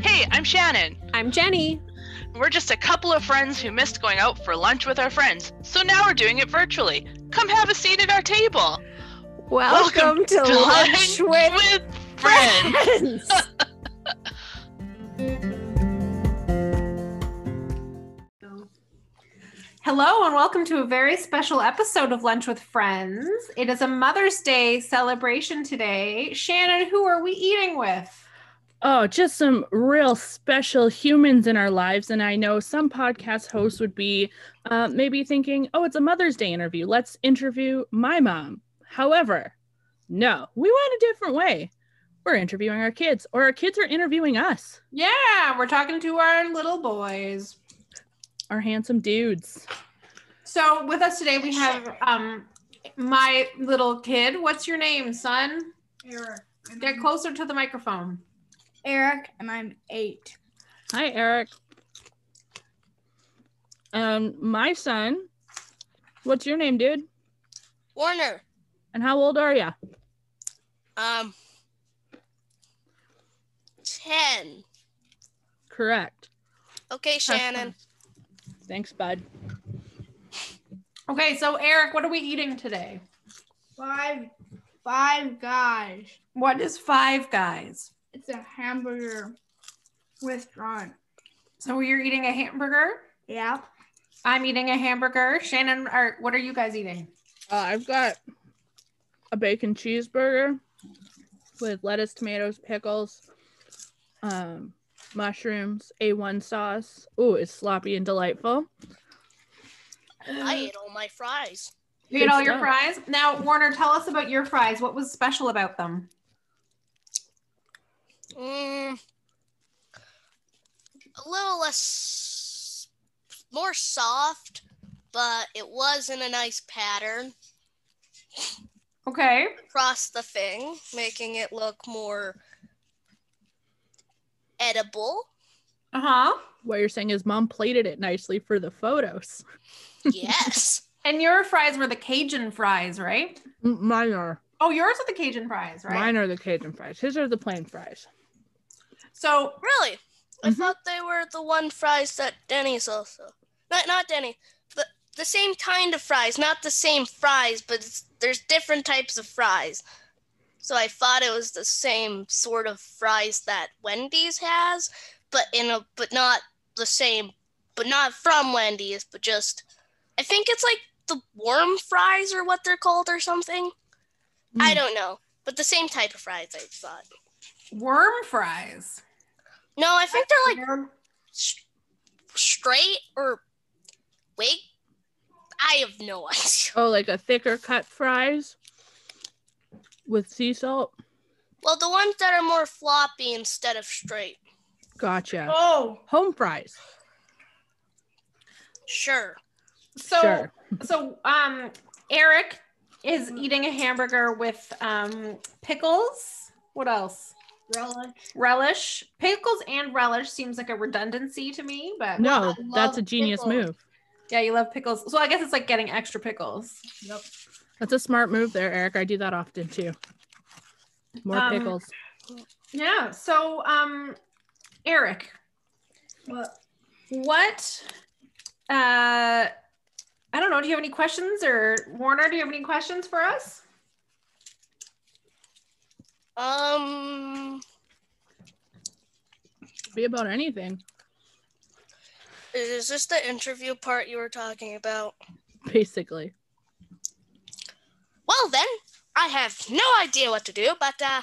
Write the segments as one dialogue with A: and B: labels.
A: Hey, I'm Shannon.
B: I'm Jenny.
A: We're just a couple of friends who missed going out for lunch with our friends, so now we're doing it virtually. Come have a seat at our table.
B: Welcome, to, lunch with,
A: with friends.
B: friends. Hello and welcome to a very special episode of Lunch with Friends. It is a Mother's Day celebration today. Shannon, who are we eating with?
C: Oh, just some real special humans in our lives. And I know some podcast hosts would be uh, maybe thinking, oh, it's a Mother's Day interview. Let's interview my mom. However, no, we went a different way. We're interviewing our kids, or our kids are interviewing us,
B: Yeah, we're talking to our little boys.
C: our handsome dudes.
B: So with us today we have um my little kid. What's your name, son?
D: Eric. and
B: Get
D: I'm-
B: closer to the microphone.
D: Eric, and I'm eight.
C: Hi, Eric. Um, my son, what's your name, dude?
E: Warner,
C: And how old are you?
E: um, 10.
C: Correct.
E: Okay, Shannon.
C: Thanks, bud.
B: Okay, so Eric, what are we eating today?
D: Five, five guys.
B: What is Five Guys?
D: It's a hamburger restaurant.
B: So you're eating a hamburger.
D: Yeah.
B: I'm eating a hamburger. Shannon, are, what are you guys eating?
C: Uh, I've got a bacon cheeseburger with lettuce, tomatoes, pickles, um, mushrooms, A1 sauce. Ooh, it's sloppy and delightful.
E: I ate all my fries.
B: You
C: Good
B: eat all your
C: stuff.
B: fries. Now, Warner, tell us about your fries. What was special about them?
E: Mm, a little less, more soft, but it was in a nice pattern
B: Okay.
E: across the thing, making it look more edible.
B: Uh huh.
C: What you're saying is mom plated it nicely for the photos.
E: Yes.
B: And your fries were the Cajun fries, right?
C: M- Mine are
B: Oh, yours are the Cajun fries, right?
C: mine are the Cajun fries. His are the plain fries.
B: So
E: really? I
C: Mhm.
E: thought they were the one fries that Denny's also. Not not Denny. The the same kind of fries, not the same fries, but it's, there's different types of fries. So I thought it was the same sort of fries that Wendy's has, but in a but not the same, but not from Wendy's, but just I think it's like the worm fries or what they're called or something. I
C: Mm.
E: don't know, but the same type of fries I thought.
B: worm fries.
E: No, I think they're like
B: Worm-
E: s- straight or wait i have no idea
C: Oh, like a thicker cut fries with sea salt.
E: well the ones that are more floppy instead of straight
C: Gotcha.
D: Oh,
C: Home fries.
E: sure
B: So,
C: sure.
B: so um, Eric is eating a hamburger with um, pickles. What else?
D: relish.
B: Relish. Pickles and relish seems like a redundancy to me, but
C: No,
D: I
C: that's a
D: love
C: genius
D: pickles.
C: move.
B: yeah, you love pickles. So I guess it's like getting extra pickles.
D: Yep.
C: That's a smart move there, Eric. I do that often too. More
B: Um,
C: pickles.
B: Yeah. So, um, Eric,
D: But
B: what? Uh, I don't know. Do you have any questions, or Warner? Do you have any questions for us?
E: um
C: Be about anything,
E: is this the interview part you were talking about
C: basically.
E: well then i have no idea what to do but uh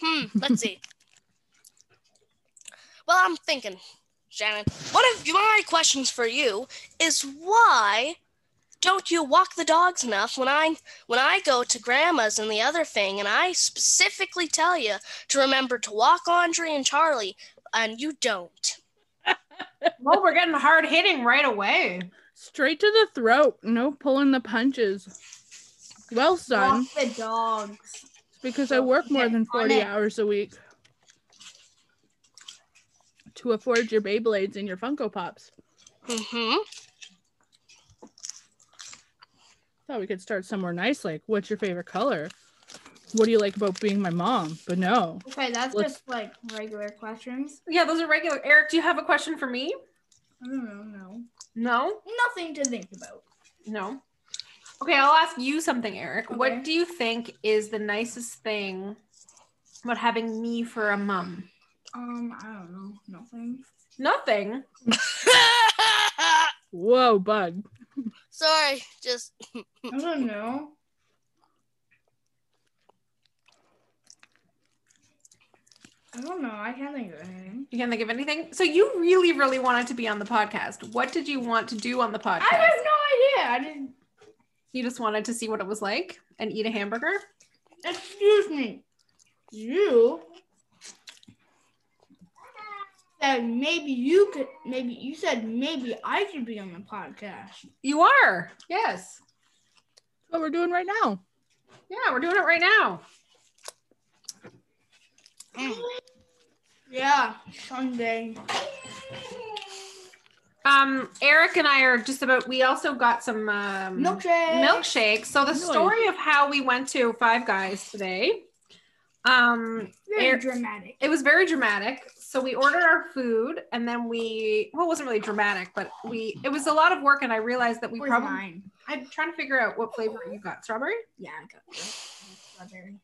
E: hmm let's see well i'm thinking shannon one of my questions for you is why don't you walk the dogs enough when I when I go to grandma's and the other thing and I specifically tell you to remember to walk Andre and Charlie and you don't.
B: well, we're getting hard hitting right away.
C: Straight to the throat. No pulling the punches. Well, son,
D: walk the dogs.
C: it's because I work more than 40
D: it.
C: hours a week to afford your Beyblades and your Funko Pops.
E: Mhm.
C: Thought we could start somewhere nice like, what's your favorite color? what do you like about being my mom? But no.
D: Okay, that's
C: Let's-
D: just like regular questions.
B: Yeah, those are regular. Eric, do you have a question for me?
D: I don't know. No.
B: No,
D: Nothing to think about.
B: no. Okay, I'll ask you something, Eric.
D: Okay.
B: What do you think is the nicest thing about having me for a mum?
D: Um, I don't know. Nothing.
B: Nothing.
C: Whoa, bug.
E: Sorry, just
D: I don't know. I don't know. I can't think of anything.
B: You can't think of anything. So you really, really wanted to be on the podcast. What did you want to do on the podcast?
D: I have no idea. I didn't.
B: You just wanted to see what it was like and eat a hamburger.
D: Excuse me. You said maybe you could. Maybe you said maybe I should be on the podcast.
B: You are. Yes.
C: That's what we're doing right now.
B: Yeah, we're doing it right now.
D: Yeah, someday.
B: Um, Eric and I are just about. We also got some
D: Mm-hmm.
B: um,
D: Milkshake.
B: milkshakes. So the
C: Nice.
B: story of how we went to Five Guys today. Um,
D: Very
B: Air-
D: dramatic.
B: it was very dramatic. So we ordered our food, and then we well, it wasn't really dramatic, but we it was a lot of work, and I realized that we
D: Where's
B: probably
D: mine?
B: I'm trying to figure out what flavor you got, strawberry.
D: Yeah, I got strawberry.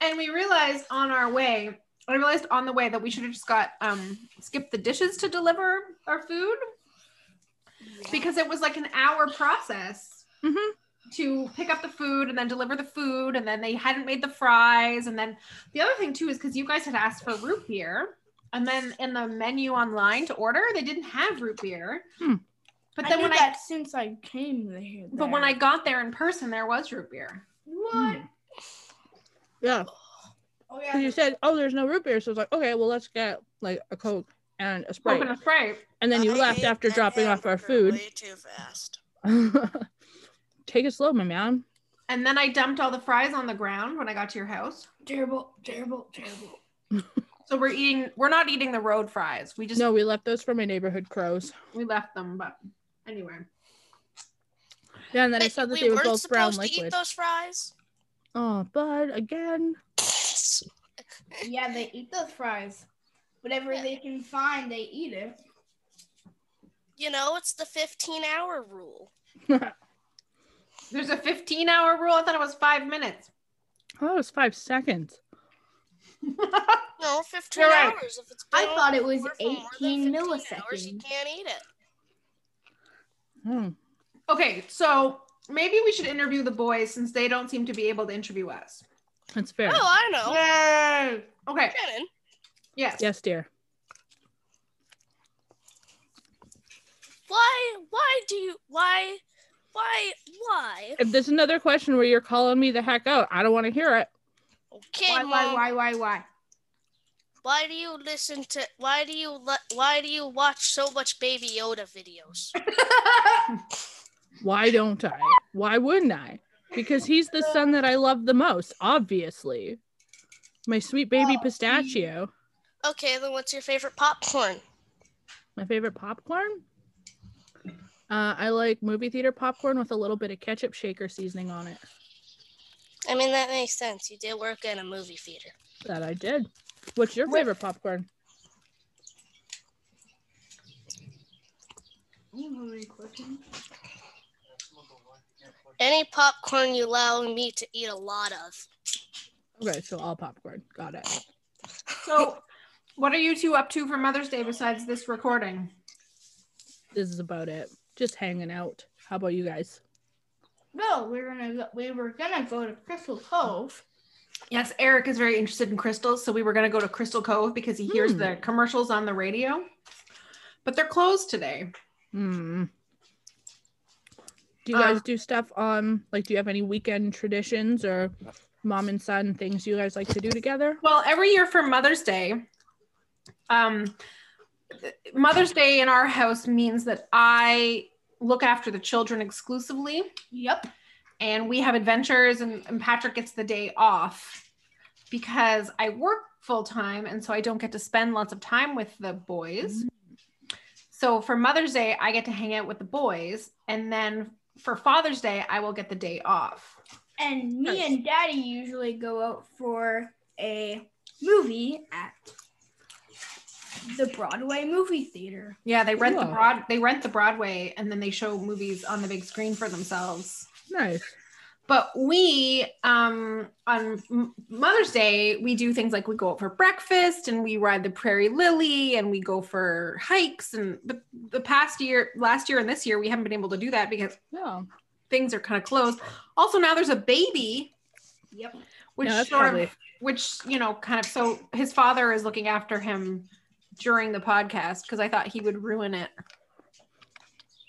B: And we realized on our way, I realized on the way that we should have just got um skipped the dishes to deliver our food because it was like an hour process
C: Mhm.
B: to pick up the food and then deliver the food and then they hadn't made the fries and then the other thing too is because you guys had asked for root beer and then in the menu online to order they didn't have root beer
C: Hmm.
B: but then when i
D: that since I came here,
B: but when i got there in person there was root beer
D: what?
C: Yeah.
D: Oh
C: 'Cause you said, oh, there's no root beer. So I was like, okay, well, let's get like a Coke and a Sprite.
B: coconut sprite
C: And then you
E: I
C: left
E: ate
C: after
E: that
C: dropping off our
E: hamburger
C: food.
E: Way too fast.
C: Take it slow, my man.
B: And then I dumped all the fries on the ground when I got to your house.
D: terrible, terrible, terrible.
B: So we're eating, we're not eating the road fries. We just,
C: No, we left those for my neighborhood crows.
B: we left them, but anyway.
C: Yeah, and then I
E: Wait,
C: saw that
E: we
C: they were
E: weren't
C: both brown
E: supposed to eat
C: liquid.
E: those fries.
C: Oh, bud, again.
D: yeah, they eat those fries. Whatever
E: Yeah.
D: they can find, they eat it.
E: you know, it's the 15-hour rule.
C: Oh,
B: There's a 15 hour rule. I thought it was five minutes.
C: Oh, it's five seconds.
E: No, 15
B: You're right.
E: hours. If it's
D: I
E: been
D: thought it was
E: over for more than
D: 18
E: 15 Hours, you
D: milliseconds.
E: can't eat it.
C: Hmm.
B: Okay. So maybe we should interview the boys since they don't seem to be able to interview us.
C: that's fair.
E: Oh, I know.
D: Yay!
B: Okay.
E: Shannon,
B: Yes.
C: Yes, dear.
E: why, why do you, why, why, why?
C: If there's another question where you're calling me the heck out, I don't want to hear it.
E: Okay,
D: Why,
E: Mom,
D: why, why, why, why?
E: why do you listen to, why do you, le- why do you watch so much Baby Yoda videos?
C: Why don't I? Why wouldn't I? Because he's the son that I love the most, obviously. My sweet baby pistachio.
E: Okay, then what's your favorite popcorn?
C: My favorite popcorn? Uh, I like movie theater popcorn with a little bit of ketchup shaker seasoning on it.
E: I mean, that makes sense. You did work in a movie theater.
C: That I did. What's your
B: Wait.
C: favorite popcorn?
E: Any popcorn you allow me to eat a lot of.
C: Okay, so all popcorn. Got it.
B: So what are you two up to for Mother's Day besides this recording?
C: This is about it. Just hanging out. How about you guys?
D: No, we were gonna go, we were gonna go to Crystal Cove.
B: Yes. Eric is very interested in crystals. So we were going to go to Crystal Cove because he hears
C: Hmm.
B: the commercials on the radio, but they're closed today.
C: Hmm. Do you
B: Um,
C: guys do stuff on like do you have any weekend traditions or mom and son things you guys like to do together?
B: Well, every year for Mother's Day, um, Mother's Day in our house means that I look after the children exclusively,
D: Yep.
B: and we have adventures, and, and Patrick gets the day off because I work full time, and so I don't get to spend lots of time with the boys. So for Mother's Day, I get to hang out with the boys, and then for Father's Day, I will get the day off.
D: And me and Daddy usually go out for a movie at the Broadway movie theater.
B: Yeah, they rent the
C: Cool.
B: broad they rent the Broadway and then they show movies on the big screen for themselves.
C: Nice.
B: But we um on M- Mother's Day, we do things like we go out for breakfast and we ride the prairie lily and we go for hikes and the, the past year last year and this year we haven't been able to do that because
C: Yeah.
B: things are kind of closed. Also now there's a baby
D: Yep.
B: which
C: yeah,
B: sort
C: that's
B: of
C: probably
B: which you know kind of so his father is looking after him during the podcast because i thought he would ruin it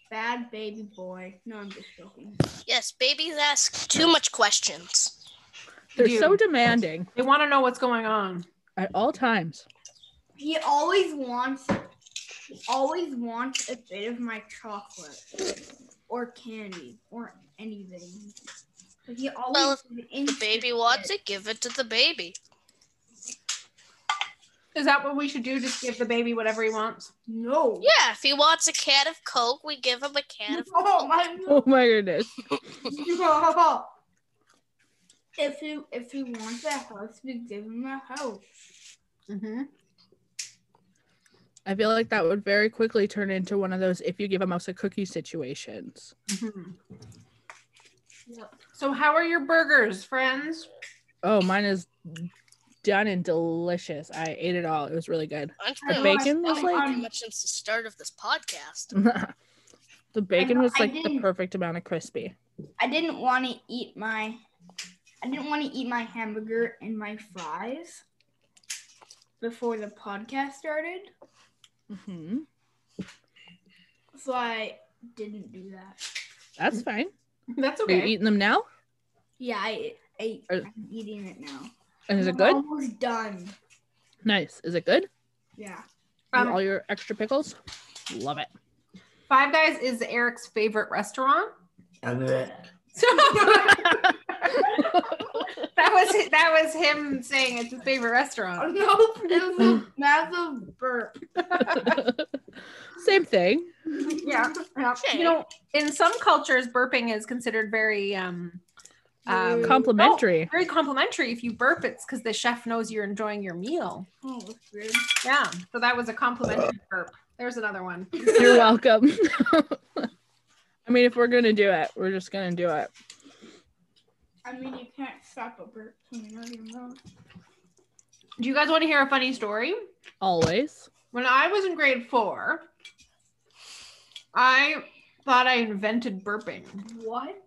D: Bad baby boy. No, I'm just joking.
E: Yes, babies ask too much questions.
C: they're
B: Dude.
C: so demanding
B: they want to know what's going on
C: at all times.
D: He always wants, he always wants a bit of my chocolate or candy or anything. But he always
E: Well, if
D: the
E: The baby wants it, give it to the baby.
B: is that what we should do just give the baby whatever he wants
D: No.
E: Yeah, if he wants a can of Coke, we give him a can of
D: Oh my
C: Oh my goodness.
D: god. If he if he wants a house, we give him a house.
B: mm-hmm.
C: I feel like that would very quickly turn into one of those if you give a mouse a cookie situations.
B: Mm-hmm. so how are your burgers friends
C: Oh, mine is done and delicious. I ate it all. It was really good.
E: Aren't
C: The
E: we
C: bacon was
E: lost
C: like
E: pretty much since the start of this podcast.
C: Mm-hmm. the bacon
D: I-
C: was
D: I
C: like the
D: didn't-
C: perfect amount of crispy.
D: I didn't want to eat my I didn't want to eat my hamburger and my fries before the podcast started,
B: Mm-hmm.
C: Mhm.
D: so I didn't do that.
C: That's fine.
B: that's
C: Are you
B: okay
C: eating them now?
D: Yeah, I ate.
C: Are-
D: I'm eating it now.
C: And is
D: I'm
C: it good?
D: Almost done.
C: Nice. Is it good?
D: Yeah.
C: With
B: Um,
C: all your extra pickles? Love it.
B: five guys is eric's favorite restaurant that was it- that was him saying it's his favorite
D: Oh,
B: restaurant
D: no, it was a massive burp.
C: Same thing.
B: yeah, yeah. you know in some cultures burping is considered very um um,
C: Complimentary.
B: very complimentary if you burp it's because the chef knows you're enjoying your meal
D: Oh, that's weird.
B: yeah so that was a complimentary burp there's another one
C: You're welcome. I mean, if we're gonna do it, we're just gonna do it.
D: I mean, you can't stop a burp from your mouth.
B: do you guys want to hear a funny story
C: Always.
B: when i was in grade four i thought i invented burping
D: What?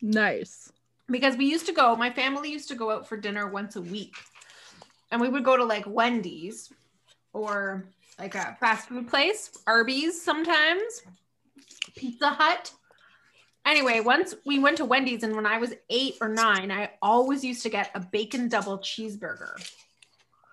C: Nice.
B: because we used to go my family used to go out for dinner once a week and we would go to like wendy's or like a fast food place arby's sometimes pizza hut anyway once we went to wendy's and when i was eight or nine i always used to get a bacon double cheeseburger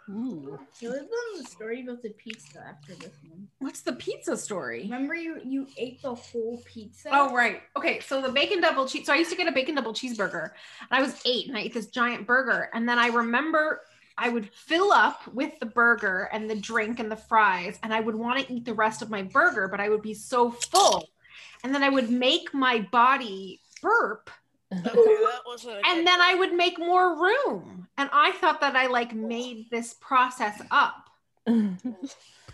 D: Tell them the story about the pizza after this one.
B: what's the pizza story
D: Remember you you ate the whole pizza?
B: Oh right. Okay. So the bacon double cheese. So I used to get a bacon double cheeseburger, and I was eight, and I ate this giant burger, and then I remember I would fill up with the burger and the drink and the fries, and I would want to eat the rest of my burger, but I would be so full, and then I would make my body burp,
E: Okay, that wasn't a
B: and
E: good-
B: then I would make more room, and I thought that I like made this process up.
C: Oh,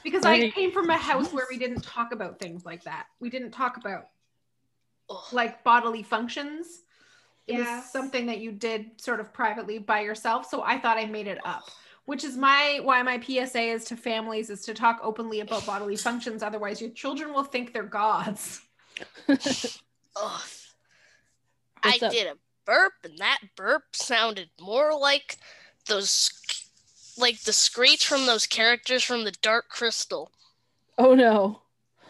B: Because I
C: Right.
B: came from a house where we didn't talk about things like that. We didn't talk about
E: Oh.
B: like bodily functions. It
D: Yeah.
B: was something that you did sort of privately by yourself. So I thought I made it up, which is my why my PSA is to families is to talk openly about bodily functions. Otherwise, your children will think they're gods.
E: oh. I
C: What's up?
E: did a burp, and that burp sounded more like those, like the screech from those characters from the Dark Crystal,
C: Oh no.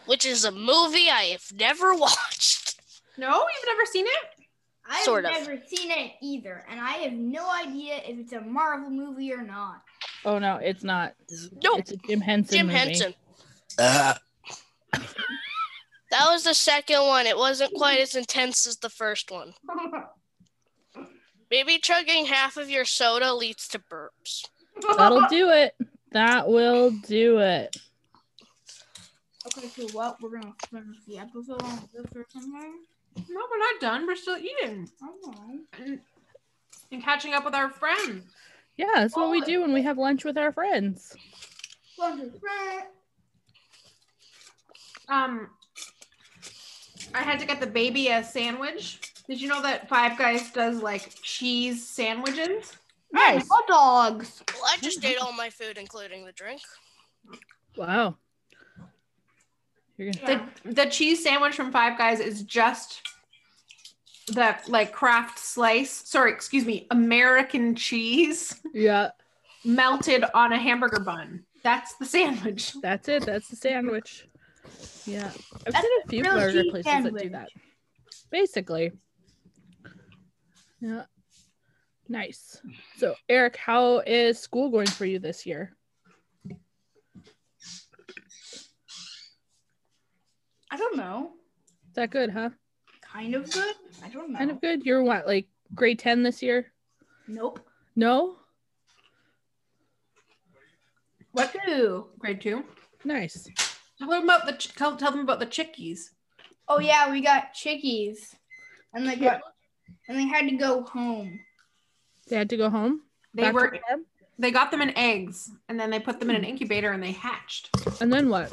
E: which is a movie I have never watched.
B: No, you've never seen it?
D: I've
E: sort of.
D: never seen it either, and I have no idea if it's a Marvel movie or not.
C: Oh no, it's not.
E: No,
C: It's a Jim Henson.
E: Jim
C: movie.
E: Henson. That was the second one. It wasn't quite as intense as the first one. Maybe chugging half of your soda leads to burps.
C: That'll do it. That will do it.
D: Okay, so what? We're gonna finish the episode on this or something?
B: No, we're not done. We're still eating.
D: I don't know.
B: And and catching up with our friends.
C: Yeah, that's what we do when we have lunch with our friends.
D: Lunch with friends.
B: Um, I had to get the baby a sandwich. Did you know that Five Guys does like cheese sandwiches?
D: Nice. Hot dogs.
E: Well, I just ate all my food, including the drink.
C: Wow. You're gonna
B: The the cheese sandwich from Five Guys is just the like craft slice. Sorry, excuse me, American cheese
C: Yeah,
B: melted on a hamburger bun. That's the sandwich.
C: that's it. That's the sandwich. Yeah. I've
D: That's
C: seen a few
D: real
C: burger
D: cheese
C: places that do
D: sandwich.
C: that. Basically. Yeah. Nice. So Eric, how is school going for you this year?
D: I don't know.
C: Is that good, huh?
D: Kind of good. I don't know.
C: Kind of good. You're what, like grade ten this year?
D: Nope.
C: No?
B: What do? Grade two.
C: Nice.
B: Tell them about the ch- tell, tell them about the chickies.
D: Oh yeah, we got chickies, and they got, and they had to go home.
C: They had to go home?
B: They
C: Back to
B: were
C: farm?
B: they got them in eggs and then they put them in an incubator and they hatched.
C: and then what?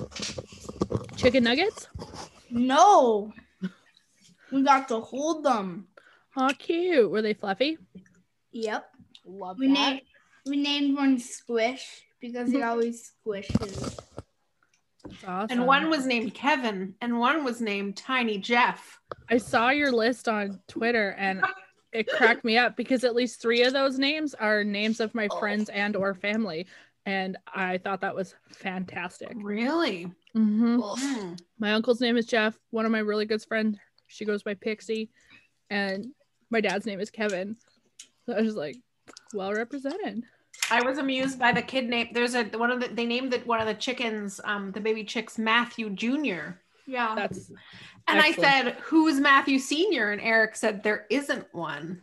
C: Chicken nuggets?
D: No, we got to hold them.
C: Aw, cute. Were they fluffy?
D: Yep.
E: Love
D: We named we named one Squish because he always squishes.
C: That's awesome.
B: And one was named Kevin and one was named Tiny Jeff.
C: I saw your list on Twitter and it cracked me up because at least three of those names are names of my
E: Oh.
C: friends and or family. And I thought that was fantastic.
B: Really?
C: Mhm.
D: Mm-hmm.
E: Oof.
B: Hmm.
C: My uncle's name is Jeff. One of my really good friends, she goes by Pixie. And my dad's name is Kevin. So I was just like, well represented.
B: I was amused by the kid name. There's a one of the they named it one of the chickens, um, the baby chicks Matthew Jr.
D: Yeah.
C: That's
B: And
C: Excellent.
B: I said, Who's Matthew Sr.? And Eric said, There isn't one.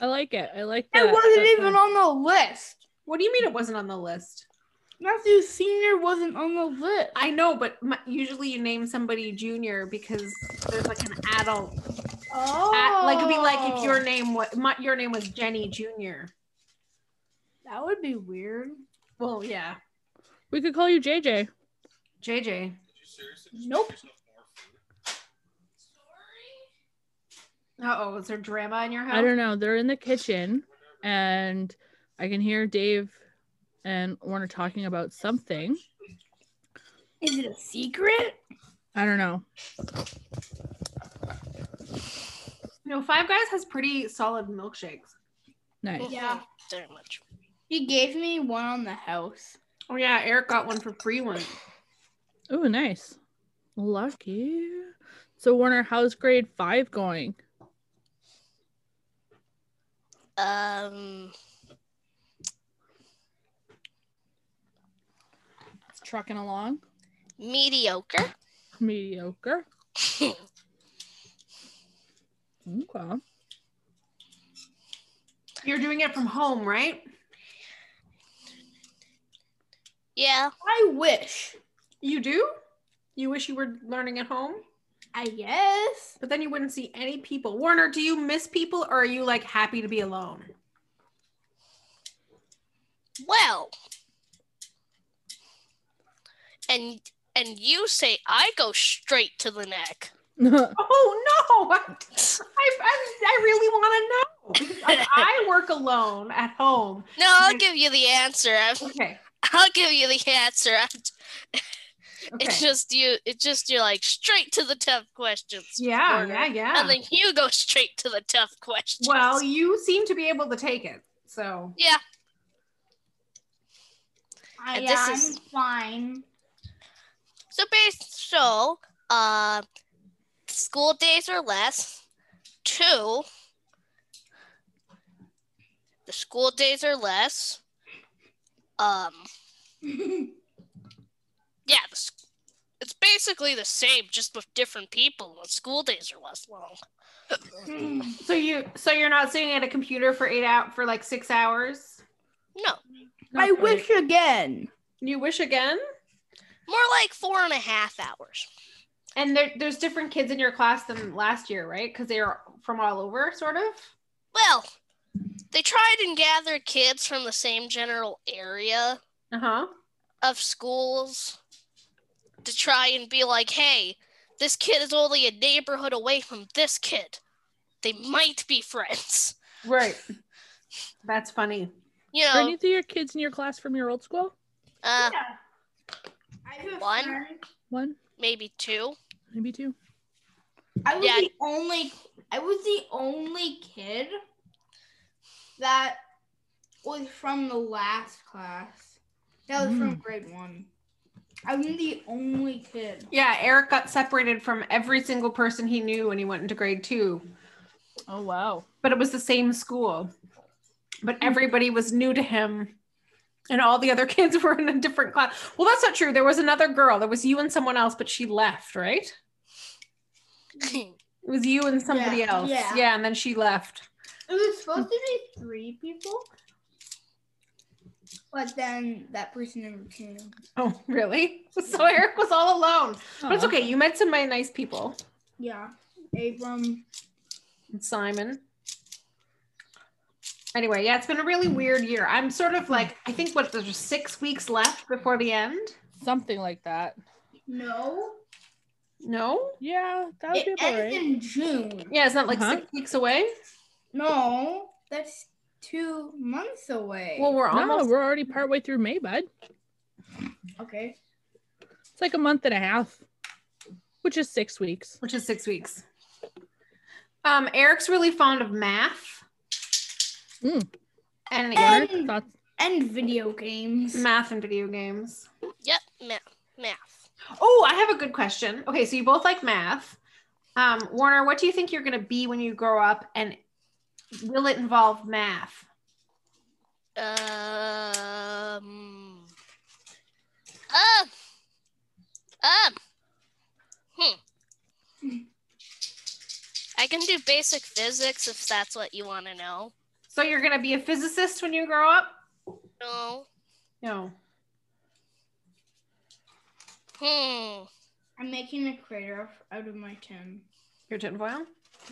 C: I like it. I like that.
D: It wasn't
C: That's
D: even
C: a-
D: on the list.
B: What do you mean it wasn't on the list?
D: Matthew Senior wasn't on the list.
B: I know, but my, usually you name somebody Junior because there's like an adult.
D: Oh,
B: at- like it'd be like if your name was my, your name was Jenny Junior.
D: that would be weird.
B: Well, yeah,
C: we could call you JJ.
B: JJ.
D: Nope.
B: Uh oh, is there drama in your house?
C: I don't know. They're in the kitchen and I can hear Dave and Warner talking about something.
D: Is it a secret?
C: I don't know.
B: No, Five Guys has pretty solid milkshakes.
C: Nice.
D: Yeah.
E: Very much.
D: He gave me one on the house.
B: Oh yeah, Eric got one for free once.
C: Oh, nice. Lucky. So Warner, how's grade five going?
E: Um,
C: It's trucking along.
E: mediocre.
C: Mediocre. Okay.
B: You're doing it from home, right?
E: yeah.
D: I wish.
B: You do. You wish you were learning at home,
D: I guess.
B: but then you wouldn't see any people. Warner, do you miss people, or are you like happy to be alone?
E: Well. And and you say I go straight to the neck.
B: Oh no! I, I, I, I really want to know. because I- I work alone at home.
E: No, I'll give you the answer. i
B: Okay.
E: I'll give you the answer. I'm- It's
B: Okay.
E: just you. It's just you're like straight to the tough questions.
B: Yeah,
E: Warner.
B: yeah, yeah.
E: And then you go straight to the tough questions.
B: Well, you seem to be able to take it. So
E: yeah.
D: I
E: And this
D: am
E: is-
D: fine.
E: So based so uh school days or less. Two the school days or less. Um yeah, the, s- it's basically the same just with different people. The school days are less long.
B: so you so you're not sitting at a computer for eight out for like six hours.
E: No,
C: Not quite.
D: again.
B: You wish again?
E: more like four and a half hours.
B: And there, there's different kids in your class than last year, right? Because they are from all over, sort of.
E: Well, they tried and gathered kids from the same general area
B: Uh huh.
E: of schools to try and be like, hey, this kid is only a neighborhood away from this kid. They might be friends.
B: Right. That's funny.
E: You know,
C: Are any of your kids in your class from your old school?
E: uh,
D: I have a
E: One?
D: friend-
C: One,
E: maybe two.
C: maybe two.
D: I was
E: Yeah.
D: the only I was the only kid that was from the last class. That was
C: Mm.
D: from grade one. I'm the only kid.
B: Yeah, Eric got separated from every single person he knew when he went into grade two,
C: Oh wow.
B: but it was the same school. But everybody was new to him, and all the other kids were in a different class. Well, that's not true. There was another girl. There was you and someone else, but she left, right? It was you and somebody
D: Yeah,
B: else.
D: yeah.
B: yeah, and then she left.
D: It was supposed to be three people, but then that person never came.
B: Oh, really? So Eric was all alone. But it's
C: Aw.
B: okay. You met some my nice people.
D: Yeah, Abram.
B: And Simon. Anyway, yeah, it's been a really weird year. I'm sort of like, I think what there's six weeks left before the end.
C: Something like that.
D: No,
B: No?
C: Yeah, that would
D: it
C: be about
D: ends
C: right.
D: in June.
B: Yeah, it's not like
C: Uh-huh.
B: six weeks away.
D: No, that's two months away.
B: Well, we're
C: No,
B: almost.
C: we're already partway through May, bud.
D: okay.
C: It's like a month and a half, which is six weeks.
B: which is six weeks. Um, Eric's really fond of math.
C: Mm.
B: And
D: And-
C: Eric, thoughts-
D: And video games.
B: math and video games.
E: yep, math. Math.
B: Oh, I have a good question. Okay, so you both like math. Um, Warner, what do you think you're going to be when you grow up, and will it involve math?
E: Um. Um. Um. Hmm. I can do basic physics if that's what you want to know.
B: So you're going to be a physicist when you grow up?
E: No.
B: No.
E: Hmm.
D: I'm making a crater out of my tin.
B: Your tinfoil?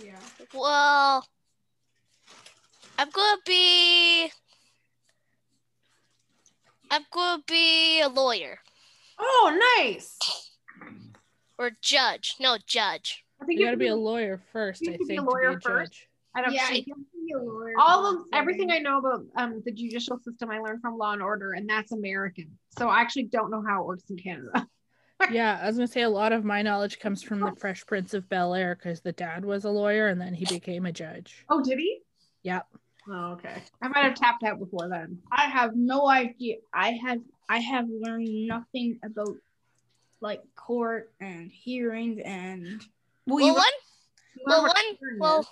D: Yeah.
E: Well, I'm gonna be. I'm gonna be a lawyer
B: Oh, nice.
E: or judge. No, judge.
B: I think
C: you got to be a lawyer first,
B: you
C: I
B: have to
C: think,
B: be a
C: to
B: lawyer
C: be a
B: first.
C: judge.
B: I don't
D: yeah.
B: think-
D: it gives me a lure.
B: all of everything I know about um, the judicial system I learned from Law and Order, and that's American. So I actually don't know how it works in Canada.
C: Yeah, I was gonna say a lot of my knowledge comes from the Fresh Prince of Bel Air because the dad was a lawyer and then he became a judge.
B: Oh, did he?
C: Yep.
B: Oh, okay. I might have tapped out before then.
D: I have no idea. I have I have learned nothing about like court and hearings and
B: Well,
E: Well,
B: you
E: one.
B: you
E: Well,
B: were-
E: one. Well,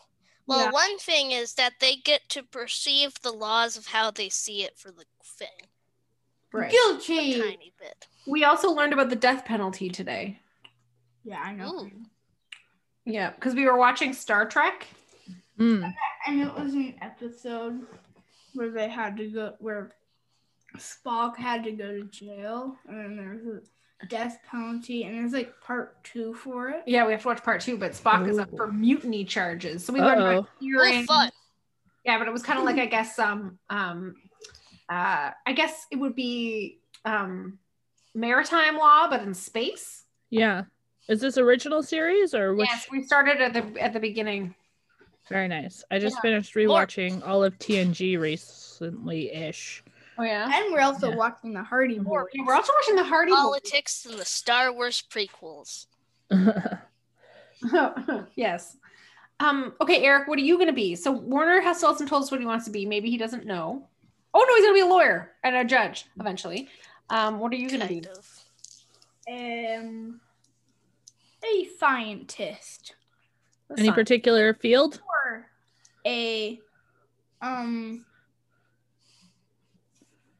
E: well,
B: Yeah.
E: one thing is that they get to perceive the laws of how they see it for the thing
B: Right.
E: a
D: guilty.
E: tiny bit.
B: We also learned about the death penalty today.
D: Yeah, I know.
E: Ooh.
B: Yeah, because we were watching Star Trek.
C: Mm.
D: And it was an episode where they had to go where Spock had to go to jail and there was a death penalty and there's like part two for it.
B: Yeah, we have to watch part two, but Spock is up
C: Ooh.
B: for mutiny charges. So we learned
C: Uh-oh.
B: about
E: Oh,
B: hearing.
E: fun.
B: Yeah, but it was kind of like I guess um um uh I guess it would be um maritime law, but in space.
C: Yeah. Is this original series or which?
B: Yes, we started at the at the beginning.
C: Very nice. I just finished rewatching all of TNG recently ish.
B: Oh yeah.
D: And we're also
C: Yeah.
D: watching the Hardy Boys.
B: we're also watching the Hardy
E: Politics and the Star Wars prequels.
B: Boys. yes. Um, okay, Eric, what are you gonna be? So Warner has also told us what he wants to be. Maybe he doesn't know. Oh no, he's gonna be a lawyer and a judge eventually. Um, what are you gonna be?
E: Kind of.
D: um a scientist
B: Let's
C: Any
B: not-
C: particular field?
D: or a um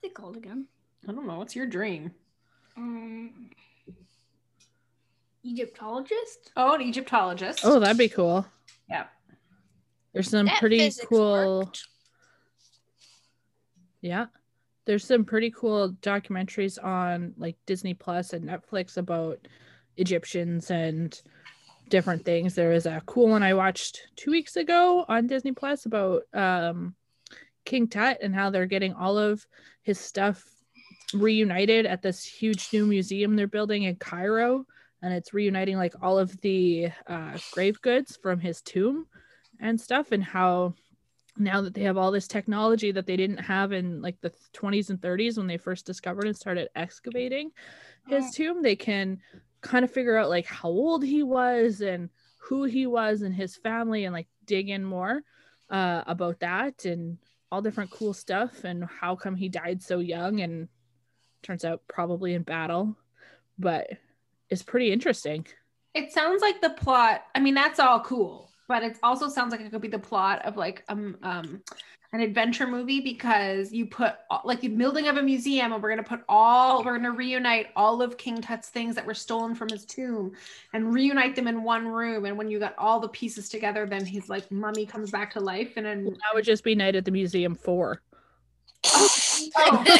D: what's it called again
B: I don't know. What's your dream?
D: um egyptologist
B: Oh, an Egyptologist.
C: Oh, that'd be cool.
B: Yeah.
C: There's some
E: That
C: pretty
E: physics
C: cool.
E: worked.
C: Yeah. There's some pretty cool documentaries on like Disney Plus and Netflix about Egyptians and different things. There was a cool one I watched two weeks ago on Disney Plus about um, King Tut and how they're getting all of his stuff reunited at this huge new museum they're building in Cairo. And it's reuniting like all of the uh, grave goods from his tomb and stuff, and how now that they have all this technology that they didn't have in like the 20s and 30s when they first discovered and started excavating his tomb, they can kind of figure out like how old he was and who he was and his family and like dig in more uh, about that and all different cool stuff and how come he died so young and turns out probably in battle but it's pretty interesting
B: It sounds like the plot. I mean, that's all cool, but it also sounds like it could be the plot of like um, um an adventure movie because you put all- like the building of a museum, and we're gonna put all we're gonna reunite all of King Tut's things that were stolen from his tomb and reunite them in one room. And when you got all the pieces together, then his like mummy comes back to life. And then
C: that would just be night at the museum for
B: oh,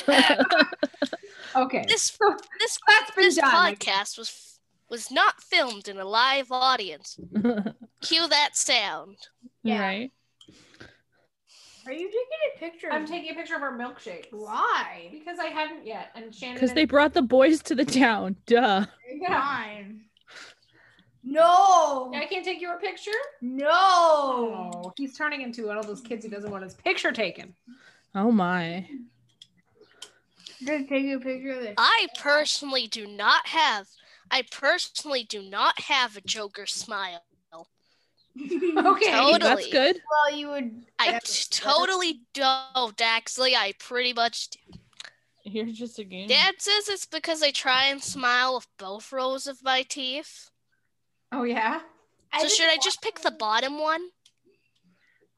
B: okay,
E: this this
B: that's been
E: this
B: done.
E: podcast was was not filmed in a live audience. Cue that sound.
D: Yeah.
C: right
D: Are you taking a picture?
B: I'm taking a picture of our milkshake.
D: Why?
B: Because I hadn't yet, and Shannon.
C: because
B: and-
C: they brought the boys to the town duh
B: Yeah.
D: Fine. No.
B: I can't take your picture.
D: No.
B: Oh, he's turning into one of those kids who doesn't want his picture taken.
C: oh my
D: Just take a picture of this.
E: I personally do not have. I personally do not have a Joker smile.
B: Okay.
E: Totally.
C: that's good
D: well, you would. uh,
E: I
D: That's-
E: t- totally don't, actually. I pretty much do.
C: you're just a game
E: Dad says it's because I try and smile with both rows of my teeth.
B: Oh yeah.
E: So
D: I've
E: should I
D: been
E: just pick the
D: watching-
E: bottom one?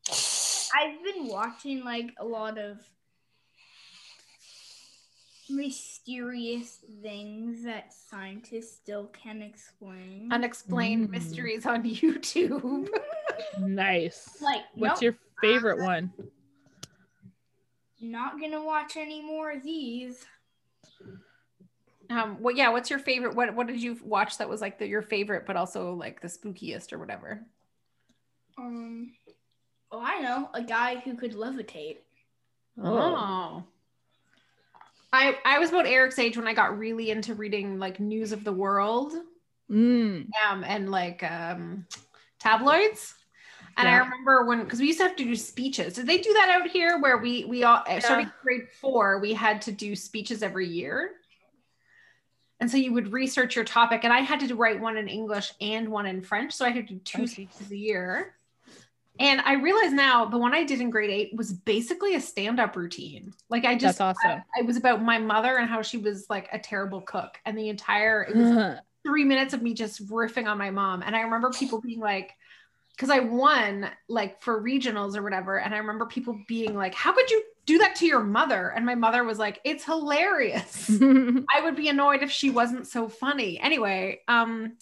D: I've been watching like a lot of mysterious things that scientists still can't explain.
B: Unexplained
C: Mm.
B: mysteries on YouTube.
C: nice
D: like,
C: what's
D: nope,
C: your favorite one
D: not gonna watch any more of these.
B: Um. Well, yeah. What's your favorite? What What did you watch that was like the, your favorite, but also like the spookiest or whatever?
D: Um, oh, I know a guy who could levitate.
B: Oh. I I was about Eric's age when I got really into reading like news of the world.
C: Mm.
B: um, and like um, tabloids. And I
C: Yeah.
B: remember when because we used to have to do speeches. Did they do that out here where we we all starting in grade four we had to do speeches every year. And so you would research your topic, and I had to do- write one in English and one in French, so I had to do two
C: Okay.
B: speeches a year. And I realize now the one I did in grade eight was basically a stand-up routine. Like I just
C: that's awesome
B: it was about my mother and how she was like a terrible cook, and the entire it was three minutes of me just riffing on my mom. And I remember people being like, because I won like for regionals or whatever. And I remember people being like, how could you do that to your mother? And my mother was like, it's hilarious. I would be annoyed if she wasn't so funny. Anyway, um,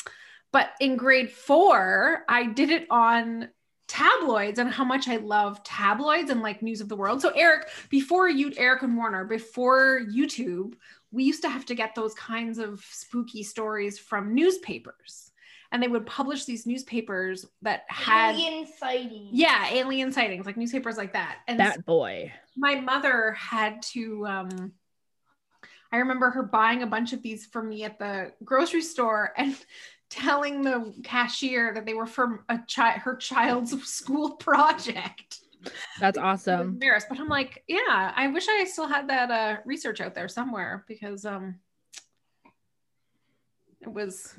B: but in grade four, I did it on tabloids and how much I love tabloids and like news of the world. So Eric, before you, Eric and Warner, before YouTube, we used to have to get those kinds of spooky stories from newspapers, and they would publish these newspapers that had.
D: Alien sighting.
B: Yeah, alien sightings, like newspapers like that. And
C: that boy
B: my mother had to um i remember her buying a bunch of these for me at the grocery store and telling the cashier that they were from a child her child's school project
C: that's
B: It was
C: awesome
B: embarrassed but i'm like yeah i wish i still had that uh research out there somewhere because um it was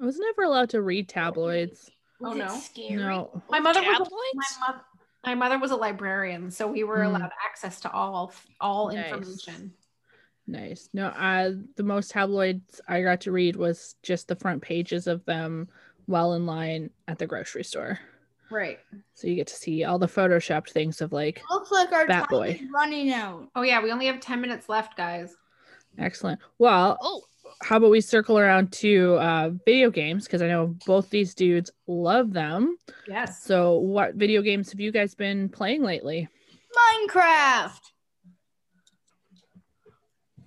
C: i was never allowed to read tabloids
D: Was
B: Oh,
D: it
B: no.
D: scary?
C: no
B: my mother was
E: Tabloids?
B: a, my mother my mother was a librarian, so we were
C: Hmm.
B: allowed access to all all
C: Nice.
B: information.
C: Nice. No, uh, the most tabloids I got to read was just the front pages of them while in line at the grocery store.
B: Right.
C: So you get to see all the photoshopped things of like,
D: Looks like our
C: Bat
D: time
C: boy.
D: is running out.
B: Oh yeah, we only have 10 minutes left, guys.
C: excellent. Well,
E: Oh,
C: how about we circle around to uh, video games? Because I know both these dudes love them.
B: Yes.
C: So, what video games have you guys been playing lately?
D: Minecraft.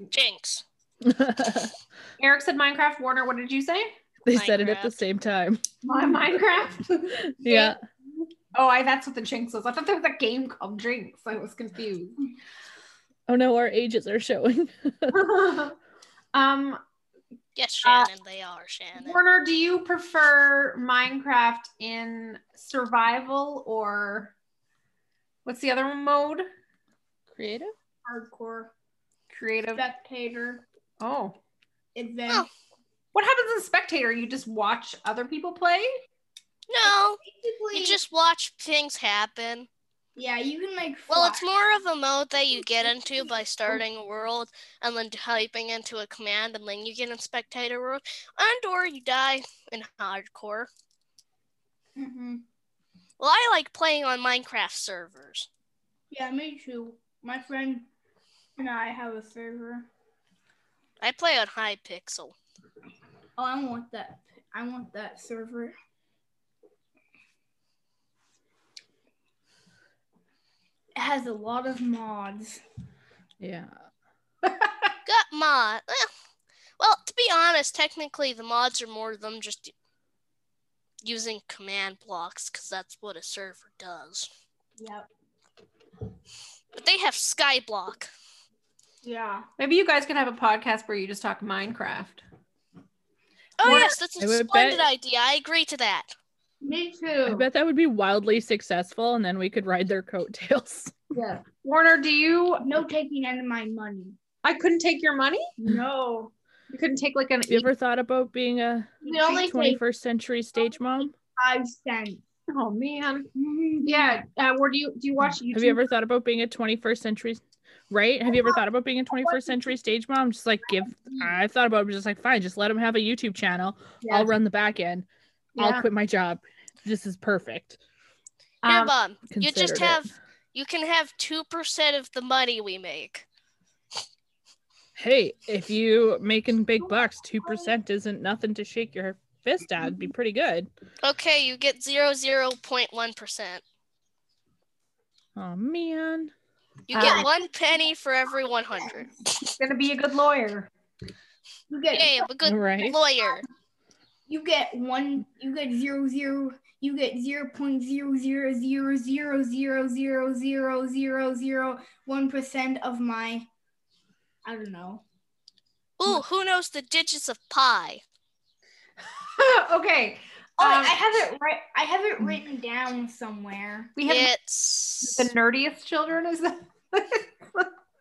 E: jinx.
B: Eric said Minecraft. Warner, what did you say?
C: They said it at the
E: Minecraft.
C: same time.
B: My Minecraft.
C: Yeah.
B: oh, I that's what the Jinx was. I thought there was a game called Jinx. I was confused.
C: Oh no, our ages are showing.
B: um,
E: Yes,
B: Uh,
E: Shannon, they are Shannon.
B: Warner, do you prefer Minecraft in survival or what's the other mode?
C: Creative?
D: Hardcore.
B: Creative.
D: Spectator.
B: Oh.
D: Adventure.
E: Oh.
B: What happens in spectator? You just watch other people play?
E: No,
D: Basically,
E: you just watch things happen.
D: yeah, you can make.
E: Well,
D: flash.
E: it's more of a mode that you get into by starting a world and then typing into a command, and then you get in spectator world, and or you die in hardcore.
D: Mhm.
E: Well, I like playing on Minecraft servers.
D: Yeah, me too. My friend and I have a server.
E: I play on Hypixel.
D: Oh, I want that. I want that server. It has a lot of mods.
C: Yeah.
E: Got mod. eh. Well, to be honest, technically the mods are more them just using command blocks because that's what a server does.
D: Yep.
E: But they have Skyblock.
D: Yeah.
B: Maybe you guys can have a podcast where you just talk Minecraft.
E: Oh
C: Well,
E: yes, that's
C: I
E: a
C: would bet-
E: splendid idea. I agree to that.
D: Me too.
C: I bet that would be wildly successful and then we could ride their coattails.
D: Yeah.
B: Warner, do you
D: No taking any of my money.
B: I couldn't take your money?
D: No.
B: You couldn't take like an
C: You ever thought about being a
D: We only take
C: 21st century stage mom?
D: five cents.
B: Oh man. Yeah. Uh, or do you do you watch YouTube?
C: Have you ever thought about being a 21st century right? Have you ever thought about being a 21st century stage mom? Just like give I've thought about it, just like fine, just let them have a YouTube channel. I'll run the back end. I'll
B: Yeah.
C: quit my job. This is perfect.
E: Here,
B: Um,
E: Bob, you just
C: Considered it.
E: have you can have two percent of the money we make.
C: Hey, if you making big bucks, two percent isn't nothing to shake your fist at. It'd be pretty good.
E: Okay, you get zero zero point one percent.
C: Oh man.
E: You get
B: Ah.
E: one penny for every one hundred.
B: gonna be a good lawyer.
D: You get
E: Yay, I'm a good
C: right.
E: lawyer.
D: you get one you get zero zero you get zero point zero zero zero zero zero zero zero zero zero one percent of my I don't know.
E: Ooh, who knows the digits of pi?
B: okay.
D: Oh,
B: Um,
D: I have it right. I have it written down somewhere.
B: We have
E: It's
B: the nerdiest children, is that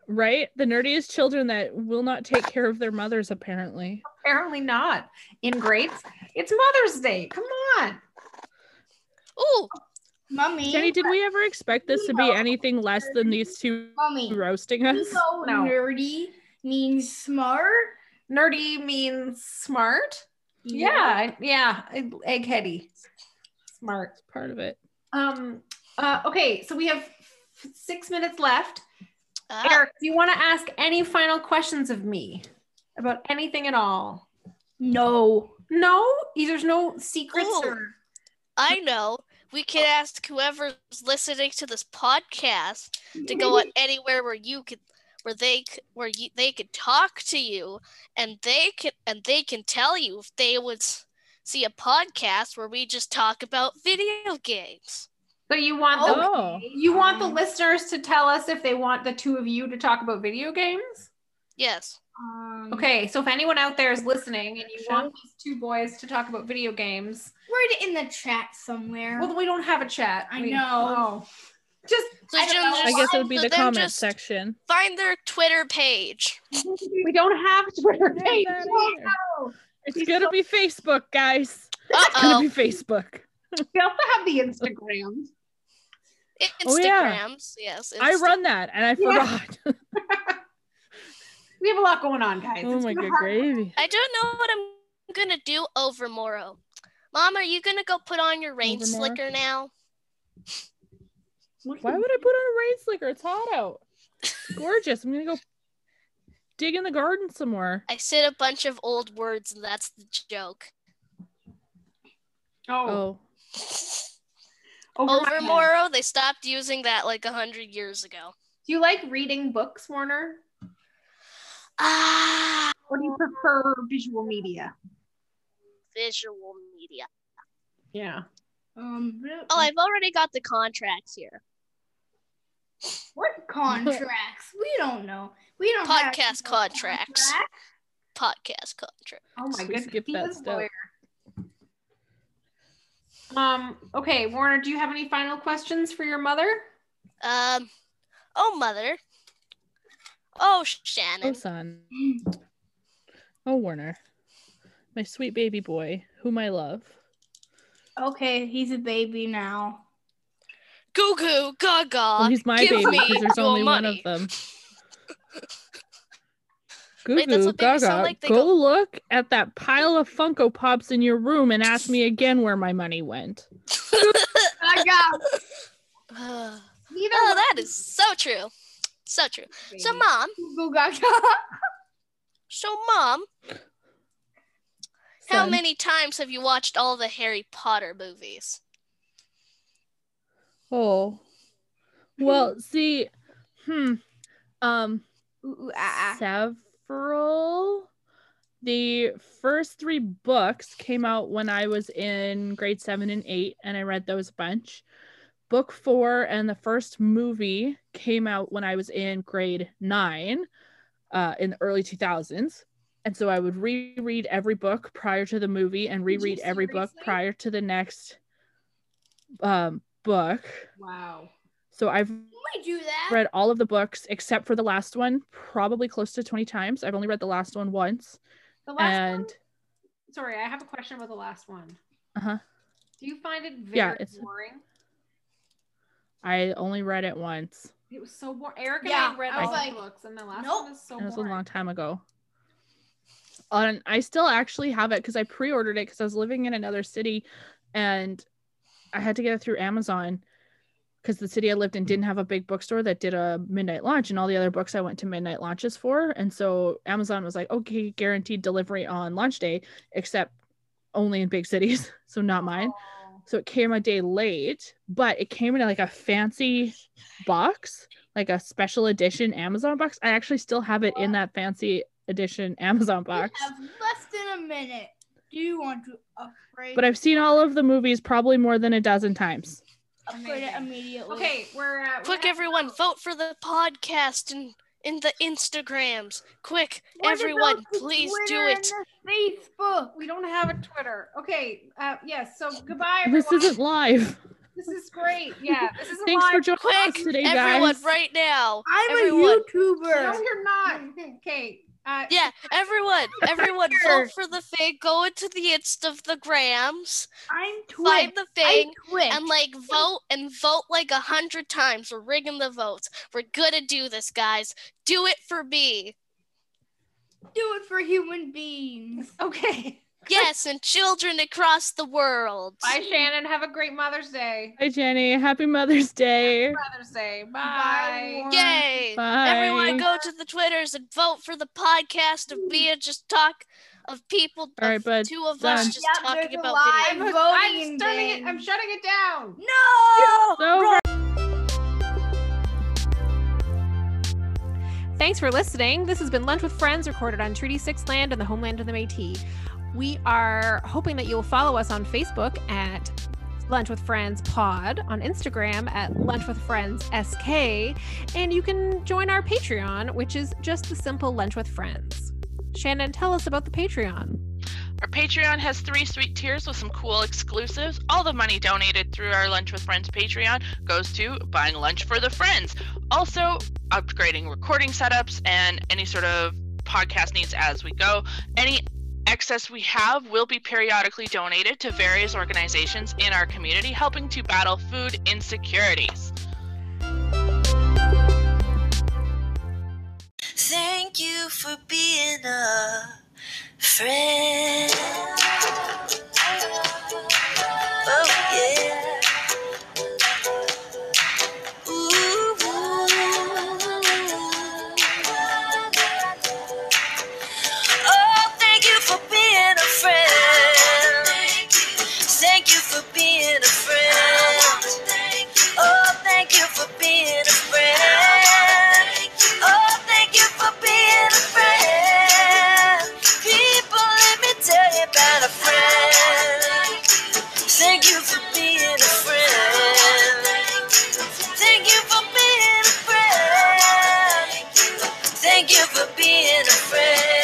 C: Right? The nerdiest children that will not take care of their mothers, apparently.
B: apparently not in grades. It's Mother's Day. Come on.
E: ooh,
D: Mummy,
C: Jenny, did we ever expect this to be anything less than these two
D: mummy,
C: roasting
D: you
C: us?
D: know
B: No.
D: nerdy means smart.
B: Nerdy means smart. Yeah, yeah, eggheady. Smart.
C: It's part of it.
B: Um. Uh, okay, so we have f- six minutes left.
E: ah,
B: Eric, do you want to ask any final questions of me about anything at all?
D: No.
B: No, there's no secrets.
E: Ooh.
B: Or,
E: I know. We can ask whoever's listening to this podcast to go on anywhere where you could where they c- where you, they could talk to you and they can and they can tell you if they would s- see a podcast where we just talk about video games.
B: so you want the,
C: Oh.
B: you want the listeners to tell us if they want the two of you to talk about video games?
E: Yes.
D: Um,
B: Okay, so if anyone out there is listening and you want these two boys to talk about video games,
D: Write it in the chat somewhere.
B: well, we don't have a chat.
D: I
B: We-
D: know.
B: Oh. Just
E: So
D: I don't
E: Jim,
D: know.
E: just
C: I guess it would be
E: so
C: the
E: then
C: comment
E: just
C: section.
E: Find their Twitter page.
B: we don't have Twitter page.
C: It's gonna be Facebook, guys.
E: Uh
C: It's
E: oh.
C: gonna be Facebook.
B: We also have the Instagram.
E: Instagrams.
C: Oh, yeah.
E: Yes.
C: I
E: Insta-
C: run that and I forgot.
B: We have a lot going on, guys.
C: Oh
B: It's
C: my
B: been
C: good
B: hard-
C: gravy.
E: I don't know what I'm gonna do over Morrow. Mom, are you gonna go put on your rain
C: Over Morrow?
E: slicker now?
C: Why would I put on a rain slicker? It's hot out. It's gorgeous. I'm gonna go dig in the garden somewhere.
E: I said a bunch of old words, and that's the joke.
B: Oh,
C: Oh,
B: over my
E: Over
B: head.
E: Morrow, they stopped using that like a hundred years ago.
B: Do you like reading books, Warner?
E: Ah,
C: Ah!
B: Or do you prefer visual media?
E: visual media.
B: Yeah.
D: Um,
E: Oh, I've already got the contracts here.
D: what contracts? we don't know. We don't have
E: Podcast
D: no
E: contracts. Podcast contract.
B: Oh my
C: So we
B: goodness.
C: skip
B: he
C: that
B: was a
C: step.
B: lawyer. Um, okay, Warner, do you have any final questions for your mother?
E: Um, oh mother. Oh
C: Oh,
E: Shannon.
C: son.
D: Mm.
C: Oh, Warner. My sweet baby boy, whom I love.
D: Okay, he's a baby now.
E: Goo goo gaga.
C: Well, Oh, he's my
E: give
C: baby
E: me
C: because there's
E: your
C: only
E: money.
C: one of them.
E: Wait, that's
C: Goo
E: what
C: goo
E: babies
C: gaga,
E: sound like. They
C: go,
E: go-
C: look at that pile of Funko Pops in your room and ask me again where my money went.
D: I got
E: oh,
D: neither
E: that is so true. So true. So mom,
D: Google Gaga.
E: so mom, how
C: Son.
E: many times have you watched all the Harry Potter movies?
C: Oh. Well, see, hmm. Um,
D: Ooh, ah, ah.
C: several. The first three books came out when I was in grade seven and eight, and I read those a bunch. Book four and the first movie came out when I was in grade nine uh, in the early 2000s. And so I would reread every book prior to the movie and
D: Did you
C: reread every book
D: seriously?
C: prior to the next um, book.
B: Wow.
C: So I've
D: We do that.
C: read all of the books except for the last one, probably close to 20 times. I've only read the last one once.
B: The last
C: and
B: one, sorry, I have a question about the last one.
C: Uh-huh.
B: Do you find it very
C: Yeah, it's-
B: boring?
C: I only read it once.
B: It was so boring. Eric
D: Yeah,
B: and I read
D: I
B: all
D: was like,
B: the books, and the last
D: nope.
B: one is so
C: It was a
B: boring.
C: long time ago. And I still actually have it because I pre ordered it because I was living in another city and I had to get it through Amazon because the city I lived in didn't have a big bookstore that did a midnight launch and all the other books I went to midnight launches for. And so Amazon was like, okay, guaranteed delivery on launch day, except only in big cities. So not mine.
D: Oh.
C: So it came a day late, but it came in like a fancy box, like a special edition Amazon box. I actually still have it in that fancy edition Amazon box.
D: We have less than a minute. Do you want to upgrade?
C: But I've seen all of the movies probably more than a dozen times.
D: upgrade it immediately.
B: Okay, we're uh,
E: Quick, everyone, vote for the podcast and in the Instagrams. Quick,
D: What about
E: everyone,
D: the
E: please do
D: Twitter
E: it.
D: and the Facebook.
B: we don't have a Twitter. Okay, uh, yes. so goodbye. Everyone.
C: This isn't live.
B: This is great. Yeah, this is
C: Thanks for
B: live.
C: joining us
E: Quick,
C: today,
E: everyone,
C: guys.
E: right now.
D: I'm
E: Everyone.
D: a YouTuber.
B: No, you're not. Okay. Uh,
E: Yeah, everyone, everyone, vote for the thing. Go into the inst of the grams,
D: I'm
E: find
D: Twitch.
E: the
D: I'm
E: thing,
D: Twitch.
E: and like vote and vote like a hundred times. We're rigging the votes. We're gonna do this, guys. Do it for me.
D: do it for human beings.
B: Okay.
E: Yes, and children across the world.
B: Bye, Shannon. Have a great Mother's Day.
C: Hi, Jenny. Happy Mother's Day.
B: Mother's Day.
D: Bye.
B: Bye.
E: Yay!
C: Bye.
E: Everyone go to the Twitters and vote for the podcast of me and just talk of people
C: All right,
E: of
C: bud.
E: two of
C: Done.
E: us just
D: Yep,
E: talking
D: there's a
E: about
D: live-
B: I'm,
E: video.
B: I'm,
D: voting
B: starting it,
D: then.
B: I'm shutting it down.
C: It's
D: No.
C: over.
B: Thanks for listening. This has been Lunch with Friends, recorded on Treaty 6 land and the homeland of the Métis. We are hoping that you'll follow us on Facebook at Lunch with Friends Pod, on Instagram at Lunch with Friends SK, and you can join our Patreon, which is just the simple Lunch with Friends. Shannon, tell us about the Patreon.
A: Our Patreon has three sweet tiers with some cool exclusives. All the money donated through our Lunch with Friends Patreon goes to buying lunch for the friends. Also, upgrading recording setups and any sort of podcast needs as we go. Any excess we have will be periodically donated to various organizations in our community helping to battle food insecurities.
F: Thank you for being a friend. Oh yeah. Ooh. Oh, thank you for being a friend. Thank you for being a friend. Oh, thank you for being a friend. Oh, thank you for being a friend. People, let me tell being a friend.